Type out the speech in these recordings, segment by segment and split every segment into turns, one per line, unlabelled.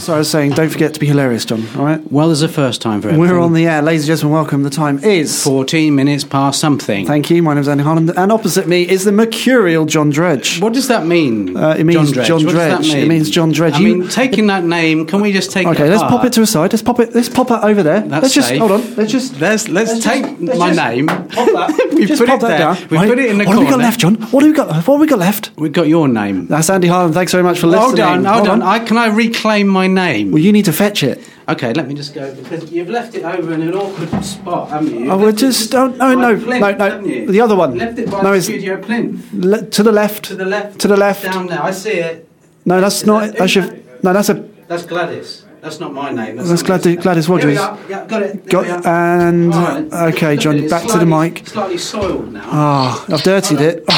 So I was saying, don't forget to be hilarious, John. All right.
Well, there's a first time for everything.
We're on the air, ladies and gentlemen. Welcome. The time is.
14 minutes past something.
Thank you. My name's Andy Harland, and opposite me is the mercurial John Dredge.
What does that mean?
Uh, it means John
What does that
Dredge. It
mean?
means John Dredge.
I
You-
mean, taking that name, can we just take
Okay,
it
let's
apart?
pop it to a side. Let's pop it. Let's pop it over there.
Ah. That's
let's just
safe.
hold on. Let's just.
Let's, let's,
let's
take
just- let's
my
just
name.
pop that-
we
just
put
pop
it there.
that down.
We
Right,
put it in the
What
corner.
have we got left, John? What have we got? What have we got left?
We've got your name.
That's Andy Harland. Thanks very much for listening.
Hold on, hold on. I, can I reclaim my name?
Well, you need to fetch it.
okay, let me just go because you've left it over in an awkward spot, haven't you?
Oh, we're just- don't- no,
by
no,
plinth,
no, no,
haven't you?
the other one.
Left it by
No,
the
it's-
studio plinth
Le- to the left.
to the left.
To the left.
Down there. I see it.
No, that's
Is
not.
that-
I should. No, that's a.
That's Gladys. That's not my name.
That's
somebody's
Gladi-
name.
Gladys
There we
Rogers.
are. Yeah, got it. There we
Got
are.
and
All right.
okay,
Look at
John.
it. It's
Back to the
slightly-
mic.
Slightly soiled now.
Ah, I've dirtied it.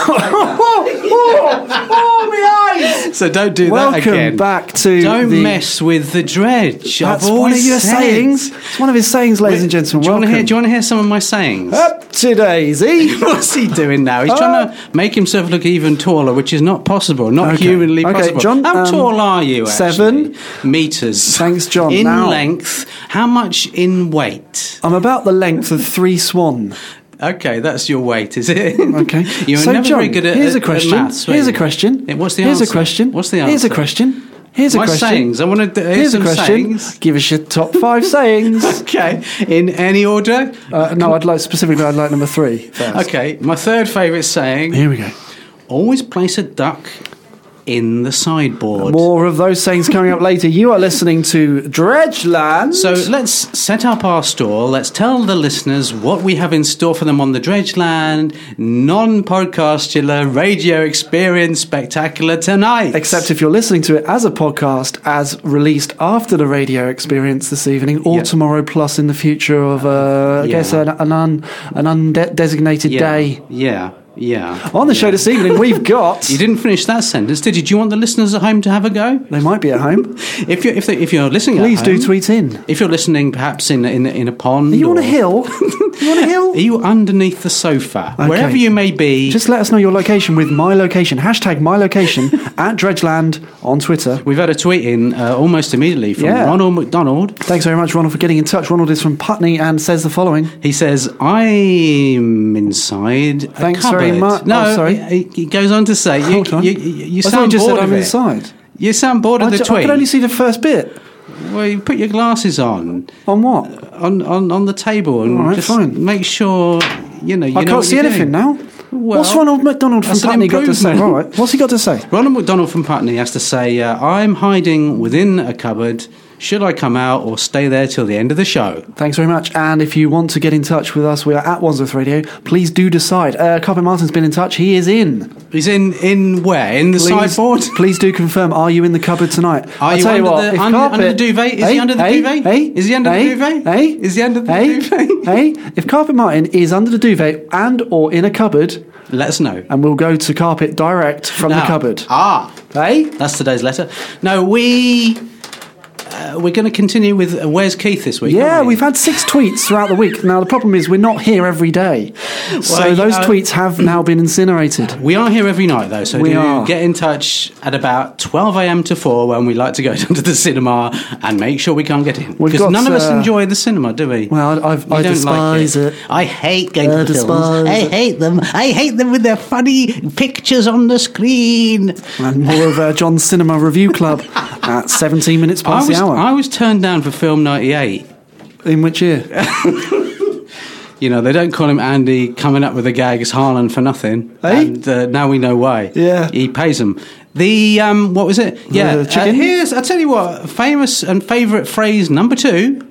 oh, oh, oh, my eyes!
so don't do
Welcome back to
Don't
the-
mess with the dredge.
That's
I've
one of
always
your
said.
sayings. It's one of his sayings, ladies and gentlemen.
Do you, want to
Welcome.
hear, do you want to hear some of my sayings?
Up to Daisy.
What's he doing now? He's trying to make himself look even taller, which is not possible, not
Uh, Okay.
humanly
Okay,
possible.
John,
How
um,
tall are you? Actually?
seven.
meters.
Thanks, John.
In
Now-
length, how much in weight?
I'm about the length of three swan.
Okay, that's your weight, is it?
Okay.
You're
so
never
John,
very good at
here's
at-
a question.
At maths, were
here's a
you?
question.
Yeah, What's the
here's
answer?
a question.
What's the answer?
Here's a question. Here's a
my
question.
sayings. I want to hear
Here's
some
a question.
sayings.
Give us your top five sayings.
Okay, in any order.
Uh, no, I'd like specifically. I'd like number three. first.
Okay, my third favourite saying:
Here we go.
always place a duck in the sideboard.
More of those sayings coming up later. You are listening to Dredgeland.
So let's set up our stall. Let's tell the listeners what we have in store for them on the Dredgeland non podcastular radio experience spectacular tonight.
Except if you're listening to it as a podcast, as released after the radio experience this evening, or
Yeah.
tomorrow plus in the future of, uh, I
Yeah.
guess, an, an, un, an undesignated
yeah,
day.
Yeah, yeah.
On the show this evening, we've got.
You didn't finish that sentence, did you? Do you want the listeners at home to have a go?
they might be at home.
If you're, if, they, if you're listening, at
Please do
home-
tweet in.
If you're listening, perhaps in a- in a- in a pond.
Are you on a
or-
hill? you on a hill?
Are you underneath the sofa?
Okay.
Wherever you may be.
Just let us know your location with my location. Hashtag my location at Dredgeland on Twitter.
We've had a tweet in uh, almost immediately from
Yeah.
Ronald McDonald.
Thanks very much, Ronald, for getting in touch. Ronald is from Putney and says the following.
He says, "I'm inside." a
Thanks
cupboard."
very much.
No,
Oh, sorry.
He, he goes on to say, "You,
Hold on.
you, you, you
I thought you
sound
just
bored
said
of
I'm
it.
inside.
You sound bored of
I,
the
ju- I
tweet.
could only see the first bit.
Well, you put your glasses on
On what?
on on, on the table and
All right,
just
fine.
make sure you know. You
I
know
can't
what
see
you're
anything now.
doing. Well,
What's Ronald McDonald from
that's an
Putney got to say? All
improvement.
right, what's he got to say?
Ronald McDonald from Putney has to say, uh, "I'm hiding within a cupboard. Should I come out or stay there till the end of the show?"
Thanks very much. And if you want to get in touch with us, we are at Wandsworth Radio. Please do decide. Uh, Carpet Martin's been in touch. He is in.
He's in in where in the
Please,
sideboard.
please do confirm. Are you in the cupboard tonight?
Are
I
you
tell
under,
you what,
the,
if
under,
carpet,
under the duvet? Is he
Eh?
under the
Eh?
duvet?
Eh?
Is he under
Eh?
the duvet?
Eh?
Is he under the
Eh?
duvet?
Eh? If Carpet Martin is under the duvet and or in a cupboard,
Let us know.
and we'll go to carpet direct from the
Now-
cupboard.
Ah,
Eh?
that's today's letter. No, we uh, we're going to continue with uh, where's Keith this week?
Yeah,
aren't we?
we've had six tweets throughout the week. Now the problem is we're not here every day, so
you
those
know-
tweets have now been incinerated.
We are here every night though, so
We
do
are.
get in touch at about 12 a.m. to 4 when we like to go down to the cinema and make sure we can't get in.
We've
Because
got,
none of us
uh,
enjoy the cinema, do we?
Well, I- I've,
We
I
don't
despise
like
it.
I hate going
I
to the films.
despise
I
it.
hate them. I hate them with their funny pictures on the screen.
And more of uh, John's Cinema Review Club at 17 minutes
I
past
was,
the hour.
I was turned down for film 98.
In which year?
You know, they don't call him Andy coming up with a gag as Harlan for nothing.
Eh?
And uh, now we know why.
Yeah.
He pays him. The, um, what was it? Yeah.
the chicken?
here's, i tell you what, famous and favourite phrase number two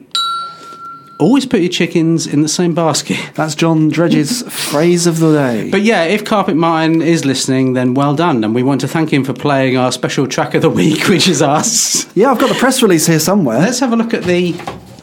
always put your chickens in the same basket.
That's John Dredge's phrase of the day.
But yeah, if Carpet Martin is listening, then well done. And we want to thank him for playing our special track of the week, which is us.
yeah, I've got the press release here somewhere.
Let's have a look at the.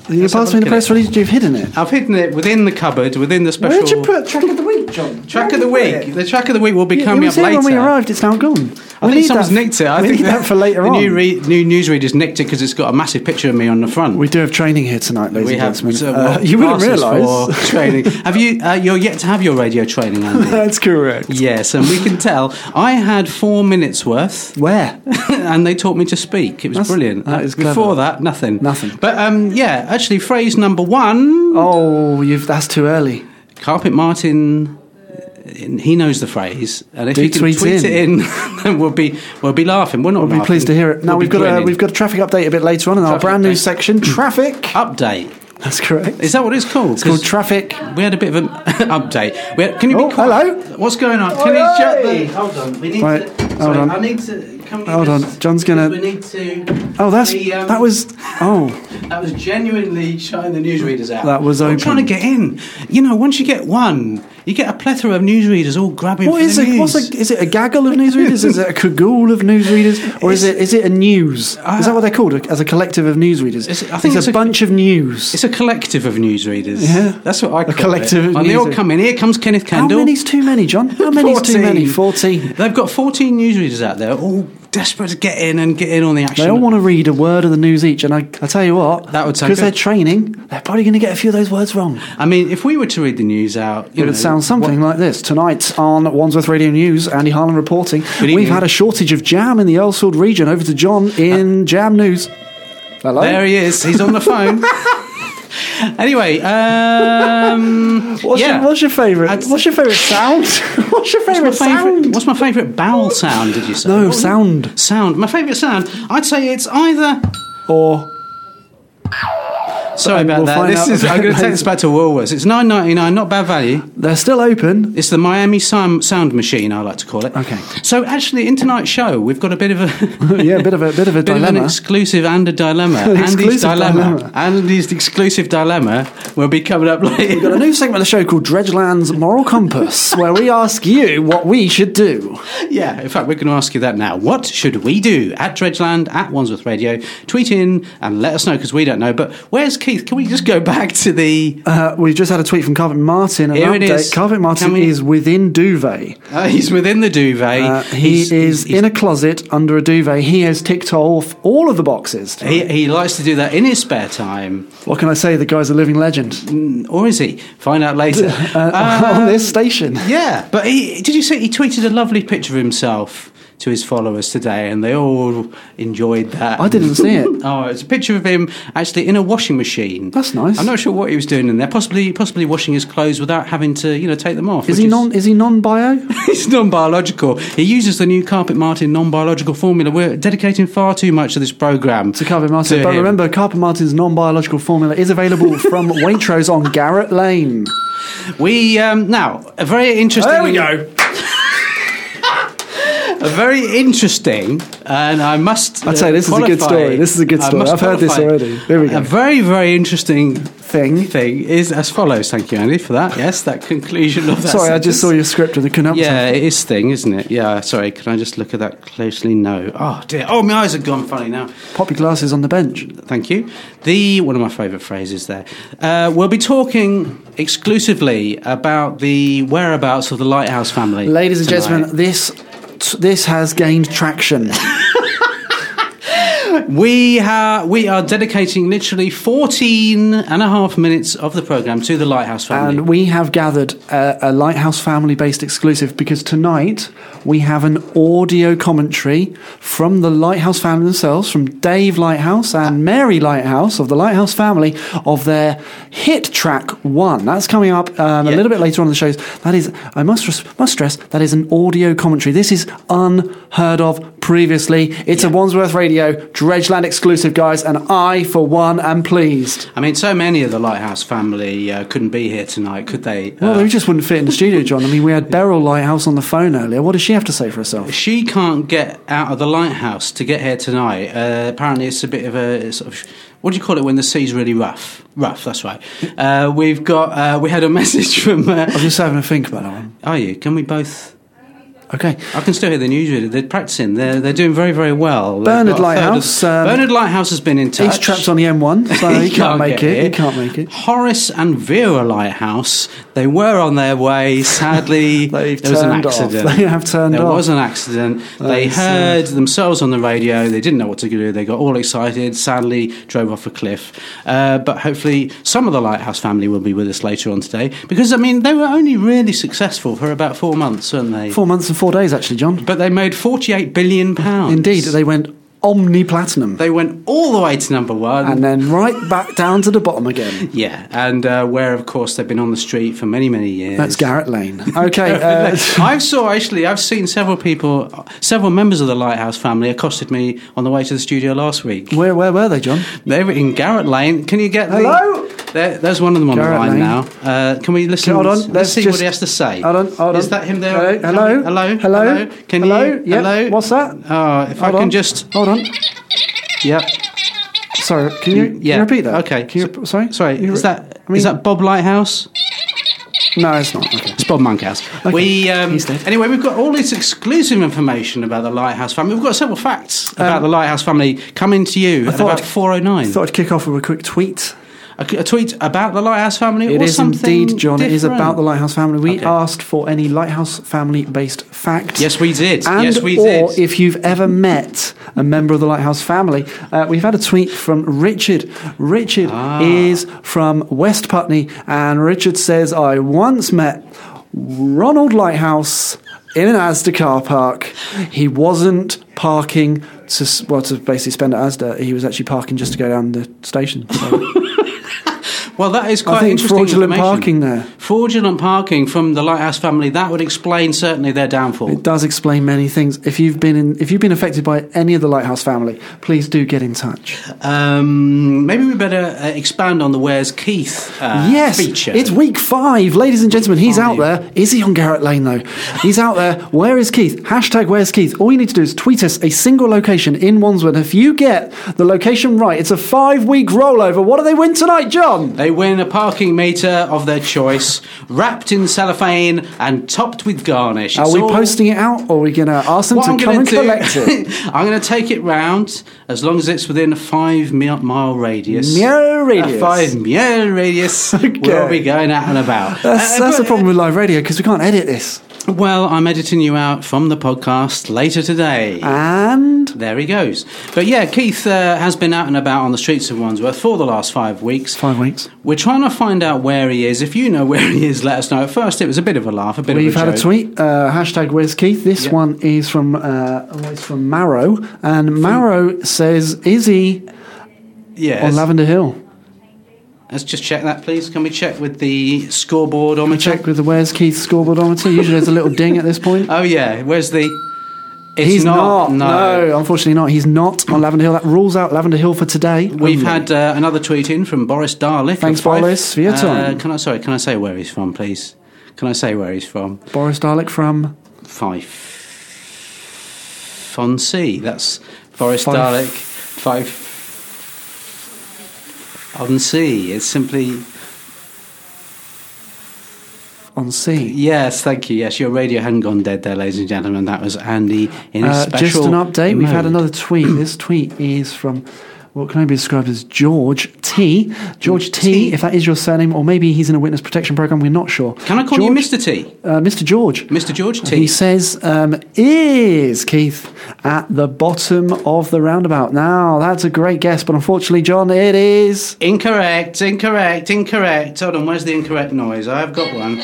You
let's have
passed
a
me the
look at
press
it.
release. You've hidden it.
I've hidden it within the cupboard, within the special.
Where'd you put track of the week?
John.
Track of the week. The track of the week will be
It
coming
was
up
here
later.
when we arrived. It's now gone.
I
we
think
need
someone's
that.
nicked it. I
we
think
need that for later
the
on.
New, re- new newsreader's nicked it because it's got a massive picture of me on the front.
we do have training here tonight, ladies
We
and
have
gentlemen.
some
Uh, you wouldn't
classes for
realise.
training. Have you? Uh, you're yet to have your radio training, Andy.
That's correct.
yes, and we can tell. I had four minutes worth,
Where?
and they taught me to speak. It was
That's-
brilliant. Uh,
that is clever.
Before that, nothing.
Nothing.
But um, yeah, actually, phrase number one.
Oh, you've, that's too early.
Carpet Martin. uh, He knows the phrase, and if
Do
he can
tweet
tweet, it in, then we'll be we'll be laughing. We're not.
I'll be pleased to hear it. Now we've got a, we've got a traffic update a bit later on in our
Traffic
brand new
update.
section, traffic.
update.
That's correct.
Is that what it's called?
It's called traffic.
We had a bit of an update. We had, can you
Oh,
be quiet?
hello.
What's going on? Can you shut the? Hold on. We need
Right,
to.
hold
sorry,
on.
I need to. Can we
Hold
just,
on, John's gonna-
We need to.
Oh, that's
the, um,
that was. Oh,
That was genuinely shutting the newsreaders out.
That was
I'm
open.
trying to get in. You know, once you get one, you get a plethora of newsreaders all grabbing.
what
for
is
the
it? What's
news.
a, is it a gaggle of newsreaders? is it a cagoule of newsreaders? Or is it is it a news? is that what they're called? a- As a collective of newsreaders?
Uh, It's- I think
it's,
it's
a,
a-
bunch of news.
It's a collective of newsreaders.
Yeah.
that's what I call it.
collective of
And they all
newsreaders.
come in. Here comes Kenneth
How
Kendall.
many's too many, John? How many's too many?
14.
Fourteen.
They've got 14 newsreaders out there, all desperate to get in and get in on the action.
They all want to read a word of the news each, and I, I tell you what,
That would sound
because they're
good.
training, they're probably going to get a few of those words wrong.
I mean, if we were to read the news out, you
It
know,
would sound something like this. Tonight on Wandsworth Radio News, Andy Harlan reporting,
evening.
we've had a shortage of jam in the Earlsfield region. Over to John in Jam News. Hello?
There he is. He's on the phone. anyway, um,
What's,
yeah.
your, what's your favourite?
I'd-
what's your favourite sound? what's your
my
favourite
favourite?
sound?
What's my favourite bowel sound? Did you say?
No,
What-
sound.
Sound. My favourite sound. I'd say it's either.
Or
Sorry
Um,
about
we'll
that.
find
This
out
is. I'm going to
later.
take this back to Woolworths. It's nine ninety nine. Not bad value.
they're still open.
It's the Miami sound, sound machine. I like to call it.
Okay.
So actually, in tonight's show, we've got a bit of a.
yeah, a bit of a bit of a
Bit of an
dilemma.
exclusive and a dilemma.
An
Andy's
exclusive
dilemma.
dilemma.
Andy's exclusive dilemma will be coming up later.
We've got a new segment of the show called Dredgeland's Moral Compass, where we ask you what we should do.
Yeah, in fact, we're going to ask you that now. What should we do? At Dredgeland, at Wandsworth Radio, tweet in and let us know because we don't know. But where's Keith? Can we just go back to the.
Uh, we just had a tweet from Carpet Martin. An
Here it
update.
is.
Carpet Martin
Can we-
is within duvet.
Uh, he's within the duvet.
Uh, he
He's-
is
he's-
in a closet under a duvet. He has ticked off all of the boxes.
He, he likes to do that in his spare time.
What can I say? The guy's a living legend
Or is he? Find out later.
uh, on
Um,
this station.
Yeah, but he, did you see he tweeted a lovely picture of himself to his followers today, and they all enjoyed that.
I didn't see it.
oh, it's a picture of him actually in a washing machine.
That's nice.
I'm not sure what he was doing in there. Possibly, possibly washing his clothes without having to, you know, take them off.
Is
which
he non? Is he non-bio?
He's non-biological. He uses the new Carpet Martin non-biological formula. We're dedicating far too much of this program
to Carpet Martin.
to
but
him.
remember, Carpet Martin's non-biological formula is available from Waitrose on Garrett Lane.
We um, now a very interesting. A very interesting, and I must.
I'd say this is a good
qualify-
story. This is a good
I
story.
must
I've heard this
qualify-
already. There we go.
A very, very interesting
Thing.
thing is as follows. Thank you, Andy, for that. Yes, that conclusion of that.
Sorry, I just
sentence.
saw your script and I couldn't help myself.
Yeah, it is thing, isn't it? Yeah. Sorry, can I just look at that closely? No. Oh dear. Oh, my eyes have gone funny now.
Pop your glasses on the bench.
Thank you. The one of my favourite phrases there. Uh, we'll be talking exclusively about the whereabouts of the Lighthouse family,
Ladies and
tonight.
gentlemen, this this has gained traction.
We, ha- we are dedicating literally 14 and a half minutes of the programme to the Lighthouse family.
And we have gathered a, a Lighthouse family based exclusive because tonight we have an audio commentary from the Lighthouse family themselves, from Dave Lighthouse and Mary Lighthouse of the Lighthouse family of their hit track one. That's coming up um, a
Yeah.
little bit later on in the shows. That is, I must, res- must stress, that is an audio commentary. This is unheard of previously. It's a Wandsworth Radio Dredgeland exclusive, guys, and I, for one, am pleased.
I mean, so many of the Lighthouse family uh, couldn't be here tonight, could they?
Well,
Uh,
we just wouldn't fit in the studio, John. I mean, we had Beryl Lighthouse on the phone earlier. What does she have to say for herself?
she can't get out of the lighthouse to get here tonight. Uh, apparently, it's a bit of a sort of what do you call it when the sea's really rough? Rough, that's right. Uh, we've got uh, we had a message from. Uh,
I'm just having a think about that one.
are you? Can we both?
Okay.
I can still hear the newsreader. They're practicing. They're they're doing very very well. They've
Bernard
got a third of-
Lighthouse, um,
Bernard Lighthouse has been in touch.
He's trapped on the M1, so he, can't, make
get
it. He
here.
can't make it.
Horace and Vera Lighthouse, They were on their way. Sadly,
They've
there was an
turned off.
accident.
They have turned
there
off.
was an accident. they
is uh,
heard themselves on the radio. They didn't know what to do. They got all excited. Sadly, drove off a cliff. Uh, but hopefully, some of the Lighthouse family will be with us later on today because I mean they were only really successful for about four months, weren't they?
Four months and four days, actually, John.
But they made forty-eight billion pounds.
Indeed, they went omni platinum
They went all the way to number one.
and then right back down to the bottom again.
yeah, and uh, where, of course, they've been on the street for many, many years.
That's Garrett Lane. Okay. Uh,
I saw actually. I've seen several people, several members of the Lighthouse family accosted me on the way to the studio last week.
where, where were they, John?
They were in Garrett Lane. Can you get the,
Hello?
There, there's one of them on
Garrett
the line
Lane.
now. Uh, can we listen?
Hold on,
Let's,
let's
see what
just-
he has to say.
hold on, hold
Is
on.
that him there?
Hello,
Can we-
hello,
hello,
hello,
Can
hello,
you?
yep,
Hello.
what's that?
Oh, if
Hold
I
on.
can just.
Hold on.
Yep.
Sorry, can you,
Yeah.
can you repeat that?
Okay.
Can you, rep- sorry?
Sorry.
Can you
Is
re-
that
I mean-
is that Bob Lighthouse?
No, it's not. Okay.
It's Bob Monkhouse. We um,
He's dead.
anyway, we've got all this exclusive information about the Lighthouse family. We've got several facts about the Lighthouse family coming to you at
thought
about
I'd-
four oh
Um, I
nine.
thought I'd kick off with a quick tweet.
A tweet about the Lighthouse family.
It
or
is
something
indeed, John. It is
different.
about the Lighthouse family. We
Okay.
asked for any Lighthouse family based facts.
Yes, we did.
And
yes, we
or
did.
if you've ever met a member of the Lighthouse family, uh, we've had a tweet from Richard. Richard
Ah.
is from West Putney, and Richard says, "I once met Ronald Lighthouse in an Asda car park. He wasn't parking to s- well to basically spend at Asda. He was actually parking just to go down the station. So
well, that is quite
I think
interesting.
fraudulent
information.
parking there."
Fraudulent parking from the Lighthouse family. That would explain certainly their downfall.
It does explain many things. If you've been in, if you've been affected by any of the Lighthouse family, please do get in touch.
Um, maybe we better uh, expand on the Where's Keith uh,
yes,
feature.
it's week five, ladies and gentlemen. He's out there. Is he on Garrett Lane though? He's out there. Where is Keith? Hashtag Where's Keith? All you need to do is tweet us a single location in Wandsworth. If you get the location right, it's a five-week rollover. What do they win tonight, John?
They win a parking meter of their choice, wrapped in cellophane and topped with garnish.
Are
It's
we
all-
posting it out, or are we going to ask them
What
to
I'm
come
going
and
to do,
collect it?
I'm going to take it round as long as it's within a five mi- mile radius.
Mile
A
radius.
five mile radius. We'll be going out and about.
That's, that's
Uh, but- uh,
the problem with live radio because we can't edit this.
Well, I'm editing you out from the podcast later today.
Uh. And
There he goes. But yeah, Keith uh, has been out and about on the streets of Wandsworth for the last five weeks.
five weeks.
We're trying to find out where he is. If you know where he is, let us know. At first, it was a bit of a laugh, a bit
We've
of a
had a
joke.
tweet, uh, hashtag Where's Keith. This
Yeah.
one is from uh, oh, it's from Marrow, and Marrow says, "Is he
Yes.
on Lavender Hill?"
Let's just check that, please. Can we check with the scoreboard on
Check with the Where's Keith scoreboardometer. Usually, there's a little ding at this point.
Oh yeah, where's the? It's
He's not.
No.
no, unfortunately not. He's not on Lavender Hill. That rules out Lavender Hill for today. Um,
We've had uh, another tweet in from Boris Darlick.
Thanks,
of Fife.
Boris, for your time.
Uh, can I? Sorry, can I say where he's from, please? Can I say where he's from?
Boris Dalek from
Fife. Fonsi. That's Boris
Fife.
Dalek. Fife. On sea. It's simply
on sea.
Yes, thank you. Yes, your radio hadn't gone dead there, ladies and gentlemen. That was Andy in a
Uh,
special.
just an update. We've had
mode.
another tweet. this tweet is from what can only be described as George T. George T.
T.
If that is your surname, or maybe he's in a witness protection program, we're not sure.
Can I call
George,
you Mr. T?
Uh, Mr. George.
Mr. George T.
He says, um, "Is Keith at the bottom of the roundabout?" Now that's a great guess, but unfortunately, John, it is.
Incorrect, incorrect, incorrect. Hold on, where's the incorrect noise? I've got one.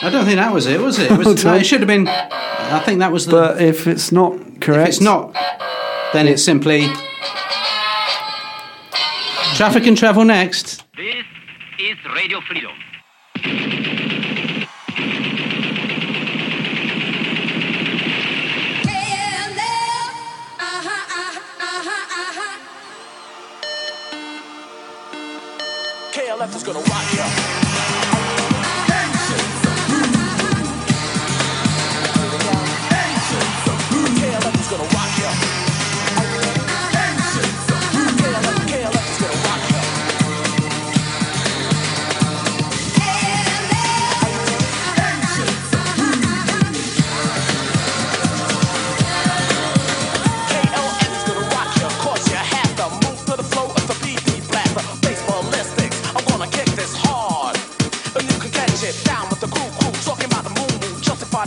I don't think that was it, was it? Was
Hold
it? No,
on.
it should have been. I think that was the.
But if it's not
if
correct,
it's not, then it's simply. Traffic and travel next.
This is Radio Freedom.
KLF is gonna rock you. KLF is gonna rock you. KLF, KLF is gonna rock you.
Yeah.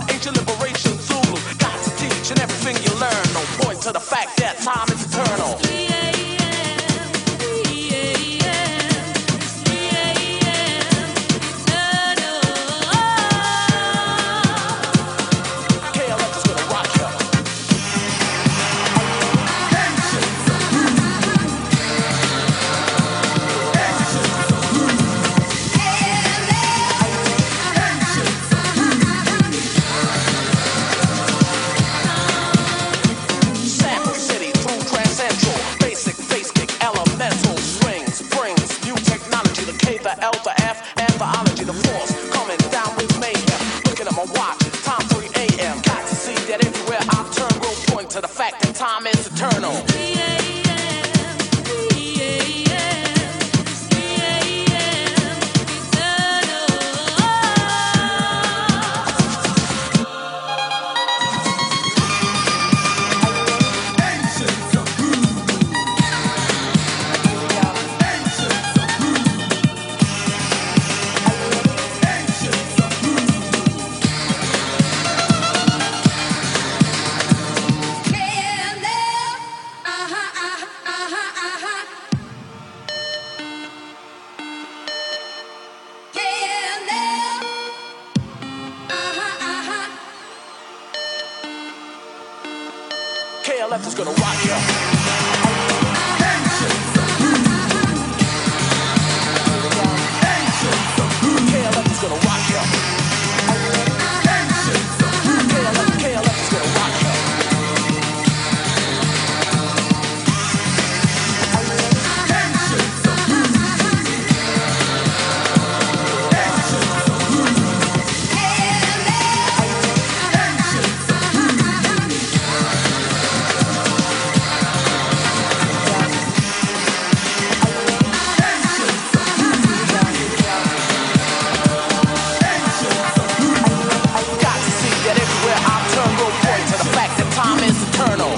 preach your liberation Zulu. Got to teach and everything you learn. No point to the fact that time is eternal. KLF is gonna rock ya. Sample City through Transcentral. Basic face kick, elemental swings, brings new technology. The K, the L, the F, anthology, the force coming down with mayhem. Looking at my watch, time 3 a.m. Got to see that everywhere I turn will point to the fact that time is eternal.
ah,
KLF is gonna rock ya. KLF is gonna rock ya. KLF, KLF is gonna rock ya. Got to see that everywhere I turn will point to the fact that time is eternal.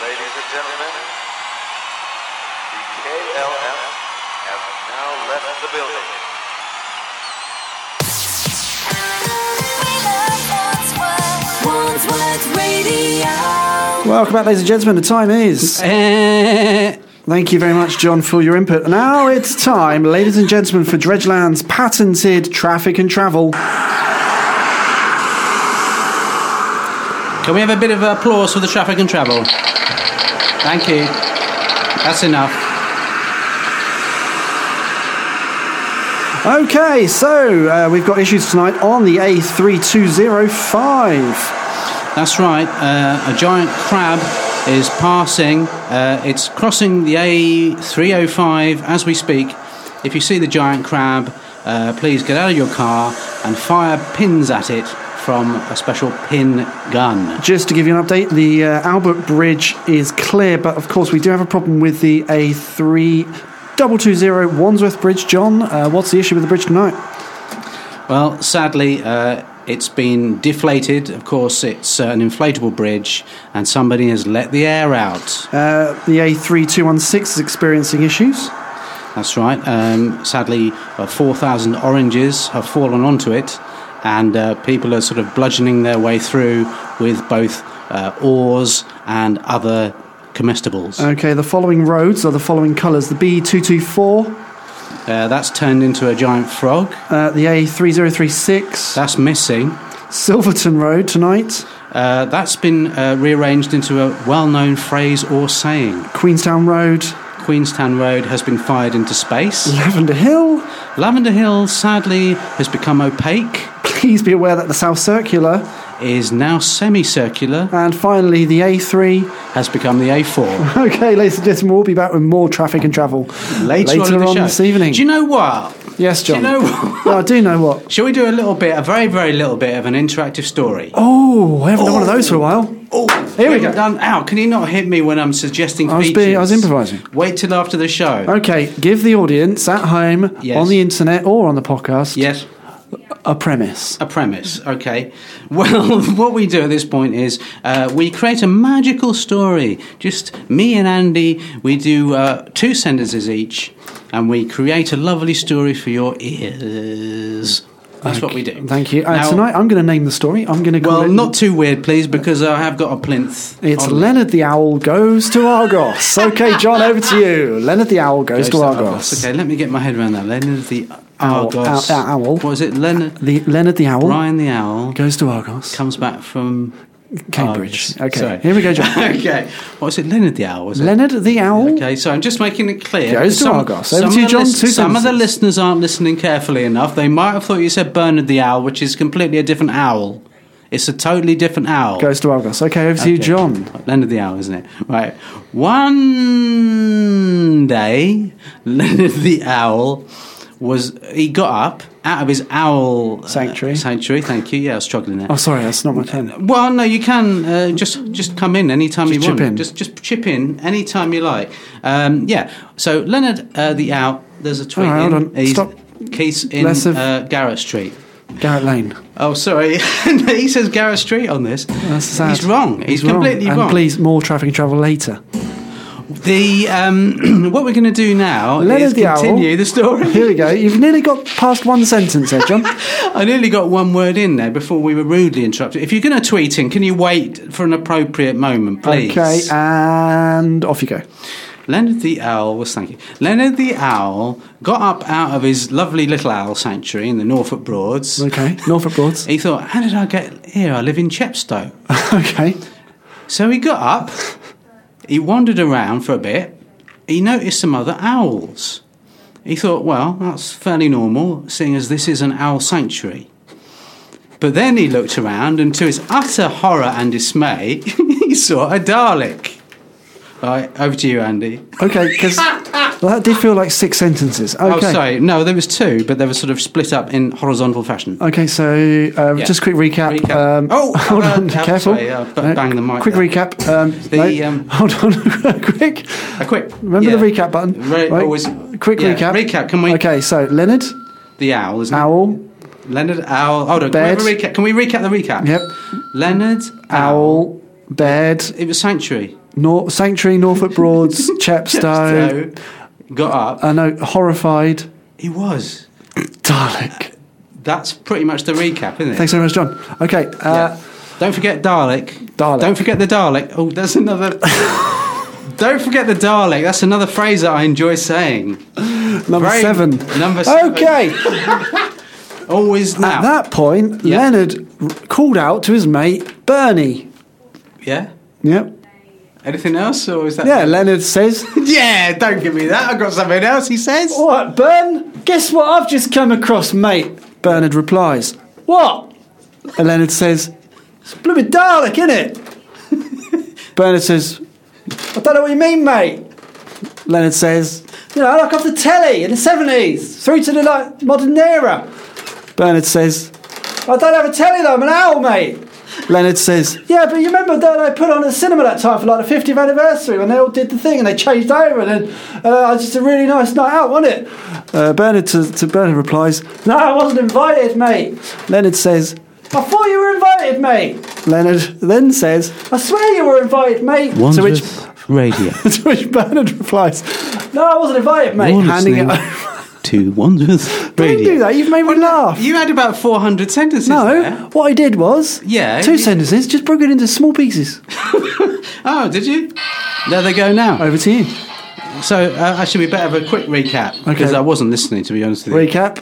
Ladies and gentlemen, the KLF have now left the building.
Radio.
Welcome back, ladies and gentlemen. The time is.
Eh,
Thank you very much, John, for your input. Now it's time, ladies and gentlemen, for Dredgeland's patented traffic and travel.
Can we have a bit of applause for the traffic and travel? Thank you. That's enough.
Okay, so uh, we've got issues tonight on the A3205.
That's right. Uh, a giant crab is passing. Uh, it's crossing the A305 as we speak. If you see the giant crab, uh, please get out of your car and fire pins at it from a special pin gun.
Just to give you an update, the uh, Albert Bridge is clear, but of course, we do have a problem with the A3220 Wandsworth Bridge. John, uh, what's the issue with the bridge tonight?
Well, sadly, uh, it's been deflated. Of course, it's uh, an inflatable bridge, and somebody has let the air out.
Uh, the A3216 is experiencing issues.
That's right. Um, sadly, uh, 4,000 oranges have fallen onto it, and uh, people are sort of bludgeoning their way through with both uh, oars and other comestibles.
Okay, the following roads are the following colours the B224,
Uh, that's turned into a giant frog.
uh, the A3036,
That's missing.
Silverton Road tonight,
Uh, that's been uh, rearranged into a well known phrase or saying.
Queenstown Road,
Queenstown Road has been fired into space.
Lavender Hill.
Lavender Hill, sadly, has become opaque,
Please be aware that the South Circular,
is now semicircular,
and finally the A3.
has become the A4.
Okay, ladies and gentlemen, we'll be back with more traffic and travel
later, on, in the show.
this evening.
Do you know what?
yes,
Do
John.
you know what?
No, I do know what.
Shall we do a little bit, a very, very little bit of an interactive story?
Oh, I haven't done one of those for a while.
Oh,
here we go.
Done. Ow, can you not hit me when I'm suggesting
I was
features?
being- I was improvising. Oh.
Wait till after the show.
Okay, give the audience at home,
Oh. Yes.
on the internet, or on the podcast
Yes.
a premise.
A premise, okay. Well, what we do at this point is uh, we create a magical story. Just me and Andy, we do uh, two sentences each, and we create a lovely story for your ears. That's what we do.
Thank you. Uh,
Now-
tonight I'm going to name the story. I'm going to call
Well,
it-
not too weird, please, because I have got a plinth.
It's
on-
Leonard the Owl goes to Argos. Okay, John, over to you. Leonard the Owl goes, to Argos.
Okay, let me get my head around that. Leonard the
Owl,
Argos.
ow- ow- owl.
What is it? Leonard.
The Leonard the Owl
Brian the Owl
goes to Argos,
comes back from
Cambridge.
Argos.
Okay,
Sorry.
here we go, John.
okay. What was it? Leonard the Owl, was it?
Leonard the Owl.
Okay, so I'm just making it clear.
Goes to
Some-
Argos. Over
some
to you,
of the
John. Two
some of the
sentences.
listeners aren't listening carefully enough. They might have thought you said Bernard the Owl, which is completely a different owl. It's a totally different owl.
Goes to Argos. Okay, over to you,
Okay.
John.
Leonard the Owl, isn't it? Right. One day, Leonard the Owl was he got up out of his owl uh,
Sanctuary.
sanctuary. Thank you. Yeah, I was struggling there.
Oh, sorry, that's
Uh,
not my pen.
Well, no, you can uh, just just come in anytime
Just
you
chip
want.
in.
Just just chip in anytime you like. Um, yeah. So Leonard uh, the Owl, there's a tweet.
All right,
in,
hold on.
He's,
Stop.
He's in
Less of-
uh, Garrett Street.
Garrett Lane.
Oh, sorry. he says Garrett Street on this.
That's sad.
He's wrong. He's, completely
And
wrong.
please, more traffic and travel later.
The um, what we're going to do now
Leonard
is
the Owl.
continue the story.
Here we go. You've nearly got past one sentence there, John.
I nearly got one word in there before we were rudely interrupted. If you're going to tweet in, can you wait for an appropriate moment, please?
Okay, uh, and off you go.
Leonard the Owl was thank you. Leonard the Owl got up out of his lovely little owl sanctuary in the Norfolk Broads.
Okay, Norfolk Broads.
He thought, how did I get here? I live in Chepstow.
okay.
So he got up, he wandered around for a bit, he noticed some other owls. He thought, well, that's fairly normal, seeing as this is an owl sanctuary. But then he looked around, and to his utter horror and dismay, he saw a Dalek. Right, over to you, Andy.
Okay, because that did feel like six sentences. Okay.
Oh, sorry. No, there was two, but they were sort of split up in horizontal fashion.
Okay, so uh,
Yeah.
just quick recap.
Recap.
Um,
Oh,
hold
uh,
on,
uh,
careful.
sorry, uh, b- bang the mic
Quick
there.
recap. Um,
The,
no,
um,
hold on, Uh, quick.
A quick.
Remember the
Uh, yeah.
recap button.
Re- always-
quick
yeah,
recap.
recap, can we-
Okay, so Leonard,
The owl, isn't it?
owl,
Leonard Owl. Hold on.
Bed.
Can we, have a recap? Can we recap the recap?
Yep.
Leonard Owl.
owl, bed,
It was Sanctuary.
nor- sanctuary, Norfolk Broads, Chepstow.
So got up.
I know, horrified,
he was.
Dalek.
That's pretty much the recap, isn't it?
Thanks very much, John. Okay, uh,
Yeah. Don't forget Dalek.
Dalek.
Don't forget the Dalek. Oh, that's another. Don't forget the Dalek. That's another phrase that I enjoy saying.
number
Very-
seven.
number seven.
Okay.
Always now.
At that point,
Yeah.
Leonard r- called out to his mate Bernie.
Yeah.
Yep.
Anything else, or is that?
Yeah, Leonard says,
Yeah. Don't give me that. I've got something else. He says.
All right, Bern, guess what I've just come across, mate? Bernard replies, What? And Leonard says, It's blooming Dalek, innit? Bernard says, I don't know what you mean, mate. Leonard says, You know, like off the telly in the 70s, through to the like, modern era. Bernard says, I don't have a telly though, I'm an owl, mate. Leonard says, Yeah, but you remember that they put on a cinema that time for like the 50th anniversary when they all did the thing and they changed over and then uh, it was just a really nice night out, wasn't it? Uh, Bernard to, to Bernard replies, No, I wasn't invited, mate. Leonard says, I thought you were invited, mate. Leonard then says, I swear you were invited, mate. To which,
radio.
to which Bernard replies, No, I wasn't invited, mate.
You're
handing it
listening
over.
to Wandsworth
Don't do that, you've made me laugh.
You had about 400 sentences
No,
there.
what I did was
Yeah,
two
you-
sentences, just broke it into small pieces.
Oh, did you? There they go now.
Over to you.
So uh, I should be better of a quick recap because I wasn't listening, to be honest with you.
Recap: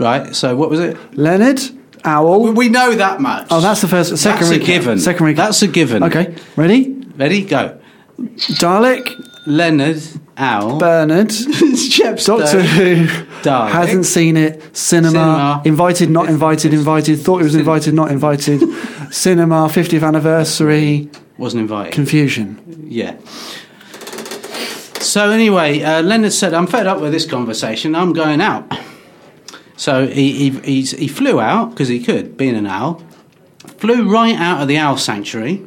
Right. So what was it?
Leonard,
We-
owl.
We know that much.
Oh, that's the first. Second
That's
recap.
a given.
Second recap.
That's a given.
okay. Ready?
Ready? Go.
Dalek,
Leonard Owl.
Bernard,
Chepstow.
Doctor Who.
Dalek.
Hasn't seen it. Cinema.
Cinema.
Invited, not invited. Invited. Thought he was invited, not invited. Cinema. 50th anniversary.
Wasn't invited.
Confusion.
Yeah. So anyway, uh, Leonard said, "I'm fed up with this conversation. I'm going out." So he he he's, he flew out because he could, being an owl, flew right out of the owl sanctuary,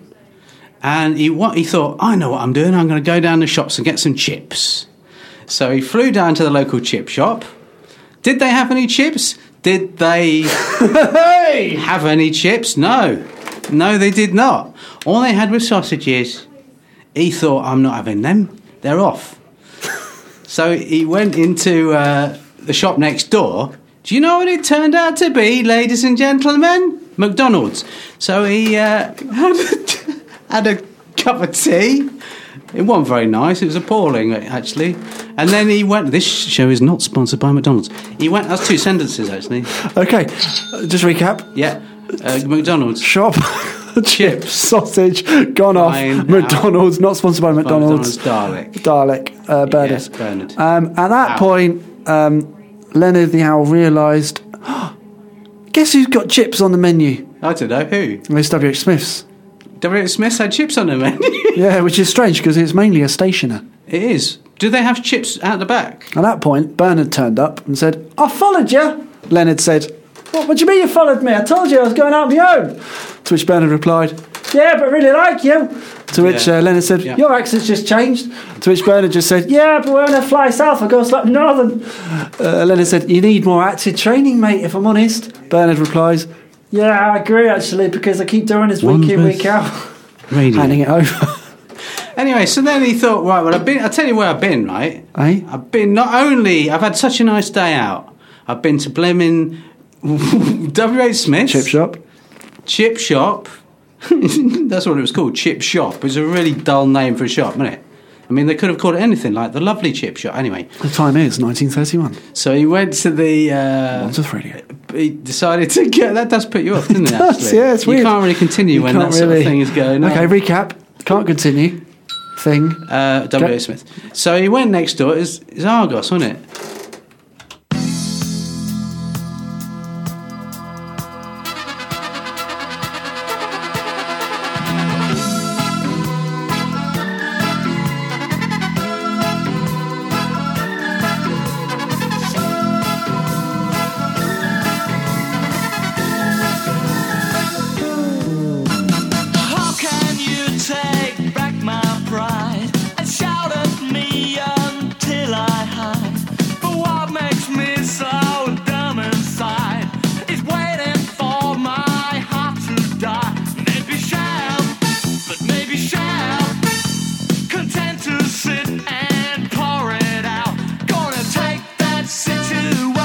and he what he thought, "I know what I'm doing. I'm going to go down the shops and get some chips." So he flew down to the local chip shop. Did they have any chips? Did they
Hey!
have any chips? No. No, they did not. All they had was sausages. He thought, I'm not having them. They're off. so he went into uh, the shop next door. Do you know what it turned out to be, ladies and gentlemen? McDonald's. So he uh, had, had a cup of tea. It wasn't very nice. It was appalling, actually. And then he went. This show is not sponsored by McDonald's. He went. That's two sentences, actually.
Okay, uh, just recap.
Yeah, uh, McDonald's.
Shop, chips, sausage, gone off.
Fine.
McDonald's, not sponsored by McDonald's.
McDonald's,
Dalek, uh, Bernard.
Yeah, Bernard.
Um, at that
Ow.
point, um, Leonard the Owl realised, guess who's got chips on the menu?
I don't know who.
And It's W.H. Smith's.
W. Smith's had chips on the menu.
Yeah, which is strange because it's mainly a stationer.
it is. Do they have chips out the back?
At that point, Bernard turned up and said, I followed you. Leonard said, What, what do you mean you followed me? I told you I was going out on my own. To which Bernard replied, Yeah, but I really like you. To which
Yeah.
uh, Leonard said,
Yeah.
Your accent's just changed. To which Bernard just said, Yeah, but when I fly south, I go slightly northern. Uh, Leonard said, You need more active training, mate, if I'm honest. Bernard replies, Yeah, I agree, actually, because I keep doing this week in,
Wondrous.
week out.
Radio.
Handing it over.
Anyway, so then he thought, right, well, I've been. I'll tell you where I've been, right?
Eh?
I've been. Not only I've had such a nice day out. I've been to Blemmin W. H. Smith's
Chip shop.
Chip shop. That's what it was called. Chip shop. It was a really dull name for a shop, wasn't it? I mean, they could have called it anything, like the lovely chip shop. Anyway,
The time is 1931.
so he went to the uh,
On to the radio.
he decided to get that does put you off, doesn't it?
does,
actually?
yeah, it's
you
weird.
can't really continue
You
when
can't
that sort
really-
of thing is going on.
Okay, recap. Can't continue. Thing.
uh, W. H. Smith. So he went next door. It's, it's Argos, wasn't it?
How can you take back my pride and shout at me until I hide? But what makes me so dumb inside is waiting for my heart to die. Maybe shall, but maybe shall. Content to sit and pour it out. Gonna take that situation,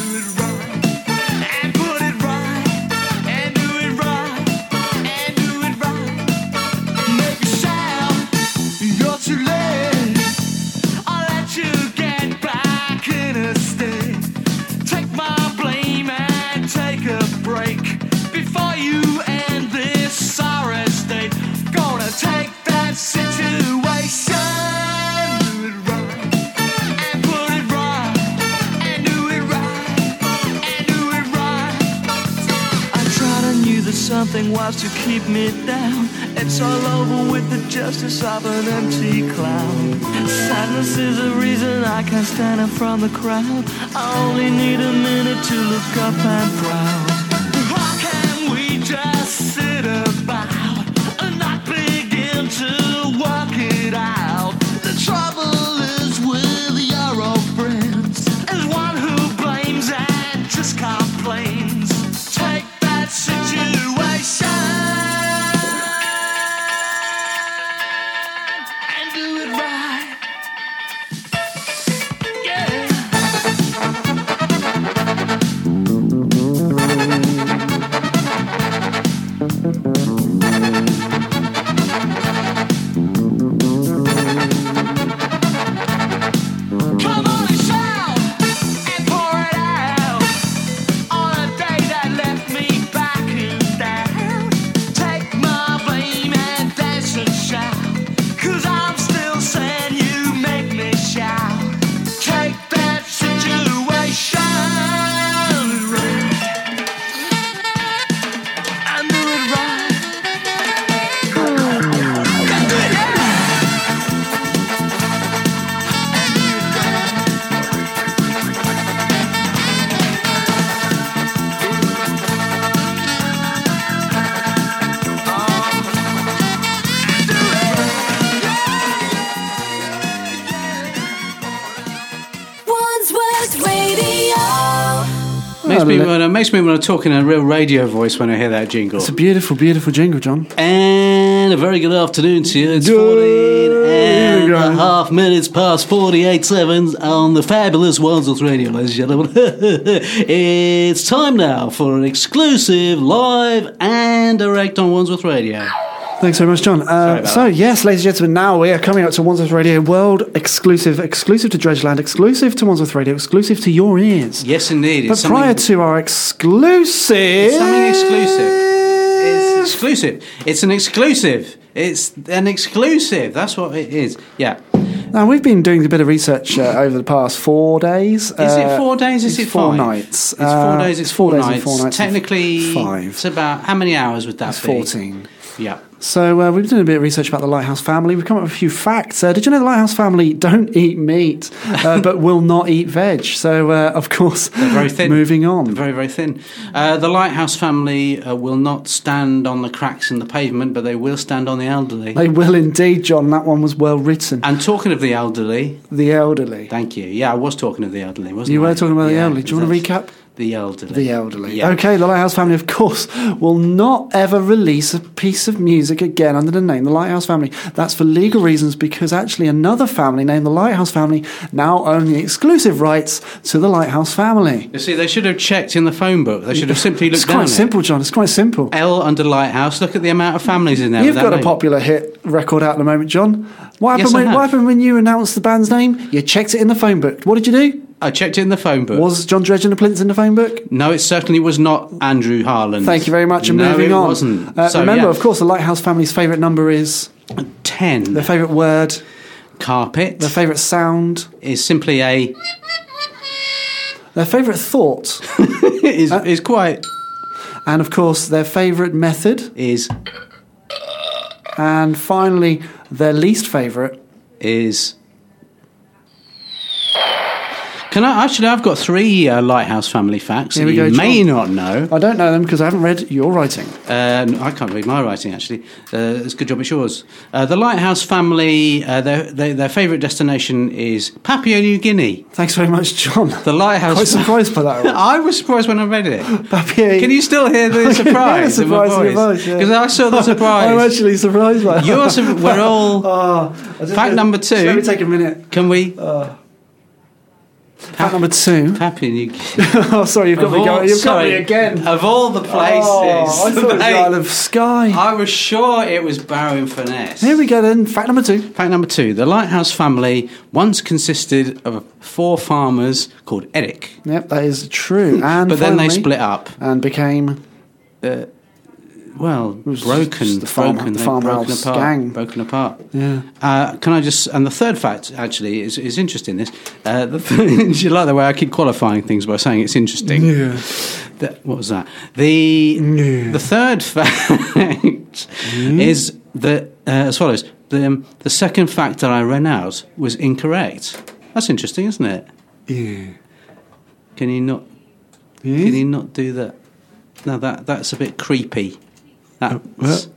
do it right. And put it right, and do it right, and do it right. Make a sound, you're too late. I'll let you get back in a state. Take my blame and take a break before you end this sorry state. Gonna take that situation, do it right. And put it right, and do it right, and do it right. I tried and knew that something was to keep me down. It's all over with the justice of an empty clown. Sadness is the reason I can't stand up from the crowd. I only need a minute to look up and proud. How can we just sit about and not begin to work it out? The trouble is with your old friends. As one who blames and just complains. Take that situation and do it right. Yeah.
makes
Oh,
me
li-
want to makes me want to talk in a real radio voice when I hear that jingle.
It's a beautiful, beautiful jingle, John.
And a very good afternoon to you. It's 14 and a half minutes past 48 seconds on the fabulous Wandsworth Radio, ladies and gentlemen. it's time now for an exclusive live and direct on Wandsworth Radio.
Thanks very much, John. Uh,
about
so, yes, ladies and gentlemen, now we are coming up to Wandsworth Radio World exclusive, exclusive to Dredgeland, exclusive to Wandsworth Radio, exclusive to your ears.
Yes, indeed.
but prior to our exclusive.
something exclusive. It's exclusive. It's an exclusive. It's an exclusive. That's what it is. Yeah.
Now, we've been doing a bit of research uh, over the past four days.
Is
Uh,
it four days? Is
it's
it
four
five?
nights?
It's
Uh,
four days. It's four,
days and
nights.
four nights and
Technically,
five.
It's about how many hours would that
It's
be?
14.
Yeah.
So uh, we've been doing a bit of research about the Lighthouse family. We've come up with a few facts. Uh, did you know the Lighthouse family don't eat meat, uh, but will not eat veg? So uh, of course,
Very thin.
moving on.
They're Very very thin. Uh, the lighthouse family uh, will not stand on the cracks in the pavement, but they will stand on the elderly.
they will indeed, John. That one was well written.
and talking of the elderly,
The elderly.
thank you. Yeah, I was talking of the elderly, wasn't
You
I?
were talking about the
Yeah,
elderly. Do you want to
that's-
recap?
The elderly.
The elderly.
Yeah.
Okay, the Lighthouse family, of course, will not ever release a piece of music again under the name The Lighthouse Family. That's for legal reasons because actually another family named The Lighthouse Family now own the exclusive rights to The Lighthouse Family.
You see, they should have checked in the phone book. They should have simply looked
It's
down.
quite
it.
simple, John. It's quite simple.
L under lighthouse. Look at the amount of families in there.
You've
with that
got a
name.
popular hit record out at the moment, John. What happened,
Yes, I
when,
have.
what happened when you announced the band's name? You checked it in the phone book. What did you do?
I checked it in the phone book.
Was John Dredge and the Plinth in the phone book?
No, it certainly was not Andrew Harland.
Thank you very much, and
no,
moving
it
on.
wasn't.
Uh,
So,
remember,
yeah.
of course, the Lighthouse family's favourite number is
ten.
their favourite word,
carpet
their favourite sound,
is simply a
their favourite thought,
is
Uh,
is quite
and of course, their favourite method,
is
and finally, their least favourite.
is. Can I actually? I've got three uh, lighthouse family facts
Here
that
we
you
go,
may
John.
not know.
I don't know them because I haven't read your writing.
Uh, no, I can't read my writing actually. Uh, it's a good job it's yours. Uh, the lighthouse family. Uh, their their, their favourite destination is Papua New Guinea.
Thanks very much, John.
The lighthouse.
Quite surprised by that one.
I was surprised when I read it.
Papier.
Can you still hear
I
the
can hear
surprise?
the surprise in your voice, yeah.
Because I saw the surprise.
I'm actually surprised by that.
You're sur- we're all-
Oh, I just-
Fact number two.
Just Let me take a minute.
Can we?
Fact number two.
Happy New Guinea.
Oh, sorry, you've got me going. You've got me again.
Of all the places,
Oh, I thought it was the
mate,
Isle of Skye.
I was sure it was Barrow in Finesse.
Here we go then. Fact number two.
Fact number two the Lighthouse family once consisted of four farmers called Eric,
Yep, that is true. And
but then they
finally-
split up.
and became
Well,
was
broken,
just the farm-
broken,
the
they've broken
farmhouse
apart,
gang.
broken apart.
Yeah.
Uh, can I just? And the third fact actually is, is interesting. This, uh, the th- you like the way I keep qualifying things by saying it's interesting.
Yeah.
The- what was that? The
Yeah. Hmm?
the third fact is that uh, as follows: the um, the second fact that I ran out was incorrect. That's interesting, isn't it?
yeah.
Can you not?
Hmm?
Can you not do that? No, that that's a bit creepy. That
Uh, what?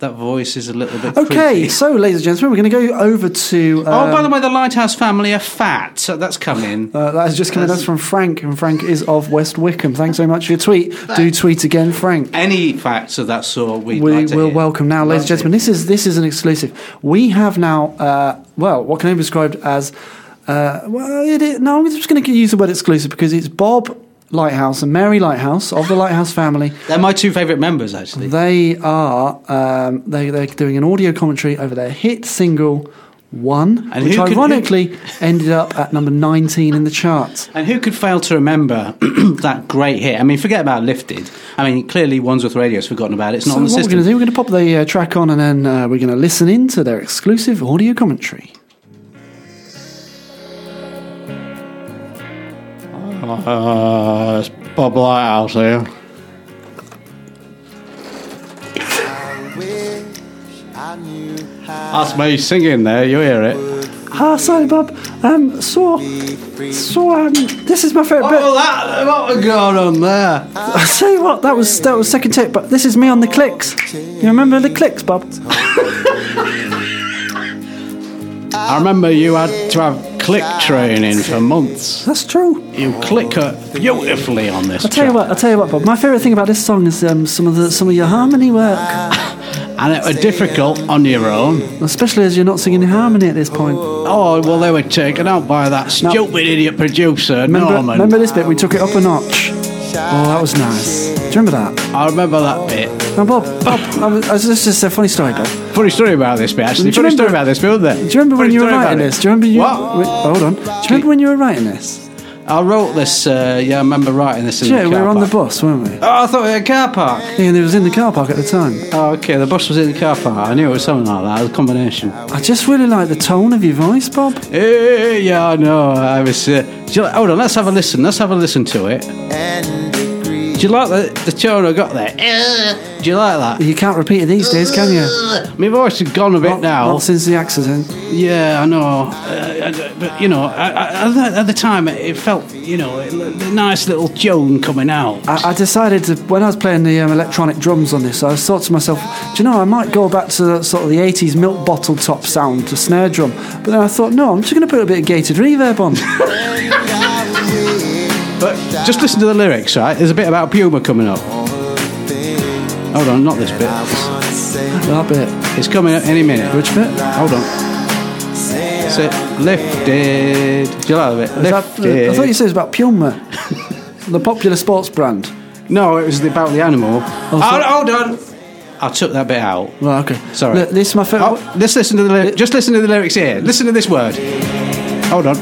that voice is a little bit.
Okay,
creepy.
so ladies and gentlemen, we're going to go over to.
Oh,
um,
by the way, the Lighthouse family are fat. So that's coming.
uh, that has just come in. That's from Frank, and Frank is of West Wickham. Thanks very much for your tweet. Do tweet again, Frank.
Any facts of that sort, we'd
We
like to
will
hear.
welcome now, ladies and
Love
gentlemen.
it.
This is this is an exclusive. We have now, uh, well, what can I be described as? Uh, well, it is, no, I'm just going to use the word exclusive because it's Bob Lighthouse and Mary Lighthouse of the Lighthouse family.
They're my two favourite members, actually.
They are um, they they're doing an audio commentary over their hit single one,
And
which
who could- who-
ironically ended up at number 19 in the charts.
And who could fail to remember that great hit? I mean, forget about Lifted. I mean, clearly Wandsworth Radio's forgotten about it. It's not
So
on
what
the
we're going to
system.
do? We're going to pop the uh, track on, and then uh, we're going to listen in to their exclusive audio commentary.
Uh, it's Bob Lighthouse here. That's me singing there, you hear
Oh,
it?
Ah, sorry, Bob. Um, so, so um, this is my favourite
Oh, that, what was going on there?
bit. I tell you what, that was that was second take, but this is me on the clicks. You remember the clicks, Bob?
I remember you had to have
click training for months.
That's true.
You click up beautifully on this.
I'll tell you what, I'll tell you what, Bob. My favourite thing about this song is um, some of the some of your harmony work,
And it were difficult on your own.
especially as you're not singing harmony at this point.
Oh, well, they were taken out by that stupid idiot producer,
Remember,
Norman.
remember this bit? We took it up a notch. Oh, that was nice. Do you remember that?
I remember that bit.
Now, Bob, Bob, I was, I was- this is a funny story, Bob. Do
Funny story about this bit, actually.
Do you
Funny story
remember-
about this bit, wasn't there?
you remember when
Funny
you were
story about
writing
it.
this? Do you remember you?
What?
wait, hold on. Do you remember when you were writing this?
I wrote this, uh, yeah, I remember writing this in
Yeah,
the
we
car
were on the
park.
bus, weren't we?
Oh, I thought we had a car park.
Yeah, and it was in the car park at the time.
Oh, okay, the bus was in the car park. I knew it was something like that, it was a combination.
I just really like the tone of your voice, Bob.
Eh, yeah, I know. I was. Uh, do you like, hold on, let's have a listen. Let's have a listen to it. Do you like the, the tone I got there? Eh, do you like that?
You can't repeat it these days, can you?
My voice has gone a bit
Not-
now.
Not since the accident.
Yeah, I know. Uh, I- I- but you know, I, I, at the- at the time, it, it felt you know a nice little tune coming out.
I, I decided to, when I was playing the um, electronic drums on this, I thought to myself, do you know, I might go back to the, sort of the 80s milk bottle top sound to snare drum. But then I thought, no, I'm just going to put a bit of gated reverb on.
But just listen to the lyrics, right? There's a bit about Puma coming up. Hold on, not this bit.
that bit.
It's coming up any minute.
Which bit?
Hold on. That's it. Lifted. Do you like that bit?
That-
Lifted.
I thought you said it was about Puma, the popular sports brand.
No, it was about the animal.
sorry.
hold, hold on. I took that bit out.
Well, okay.
Sorry.
Look, this is my favorite.
Oh, let's listen to the lyrics. Just listen to the lyrics here. Listen to this word. Hold on.